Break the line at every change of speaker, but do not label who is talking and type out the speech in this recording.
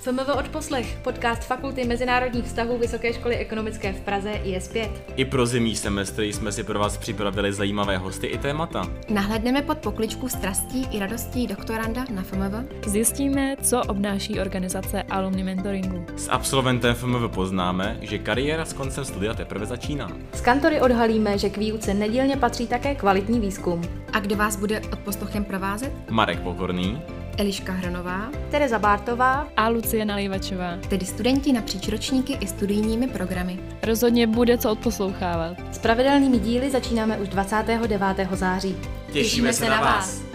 FMV odposlech, podcast Fakulty mezinárodních vztahů Vysoké školy ekonomické v Praze IS5.
I pro zimní semestr jsme si pro vás připravili zajímavé hosty i témata.
Nahlédneme pod pokličku strastí i radostí doktoranda na FMV.
Zjistíme, co obnáší organizace alumni mentoringu.
S absolventem FMV poznáme, že kariéra s koncem studia teprve začíná.
Z kantory odhalíme, že k výuce nedílně patří také kvalitní výzkum.
A kdo vás bude od poslechem provázet?
Marek Pokorný,
Eliška Hranová,
Tereza Bártová,
A Lucie Nalývačová.
tedy studenti napříč ročníky i studijními programy.
Rozhodně bude co odposlouchávat.
s pravidelnými díly začínáme už 29. září.
těšíme se na vás!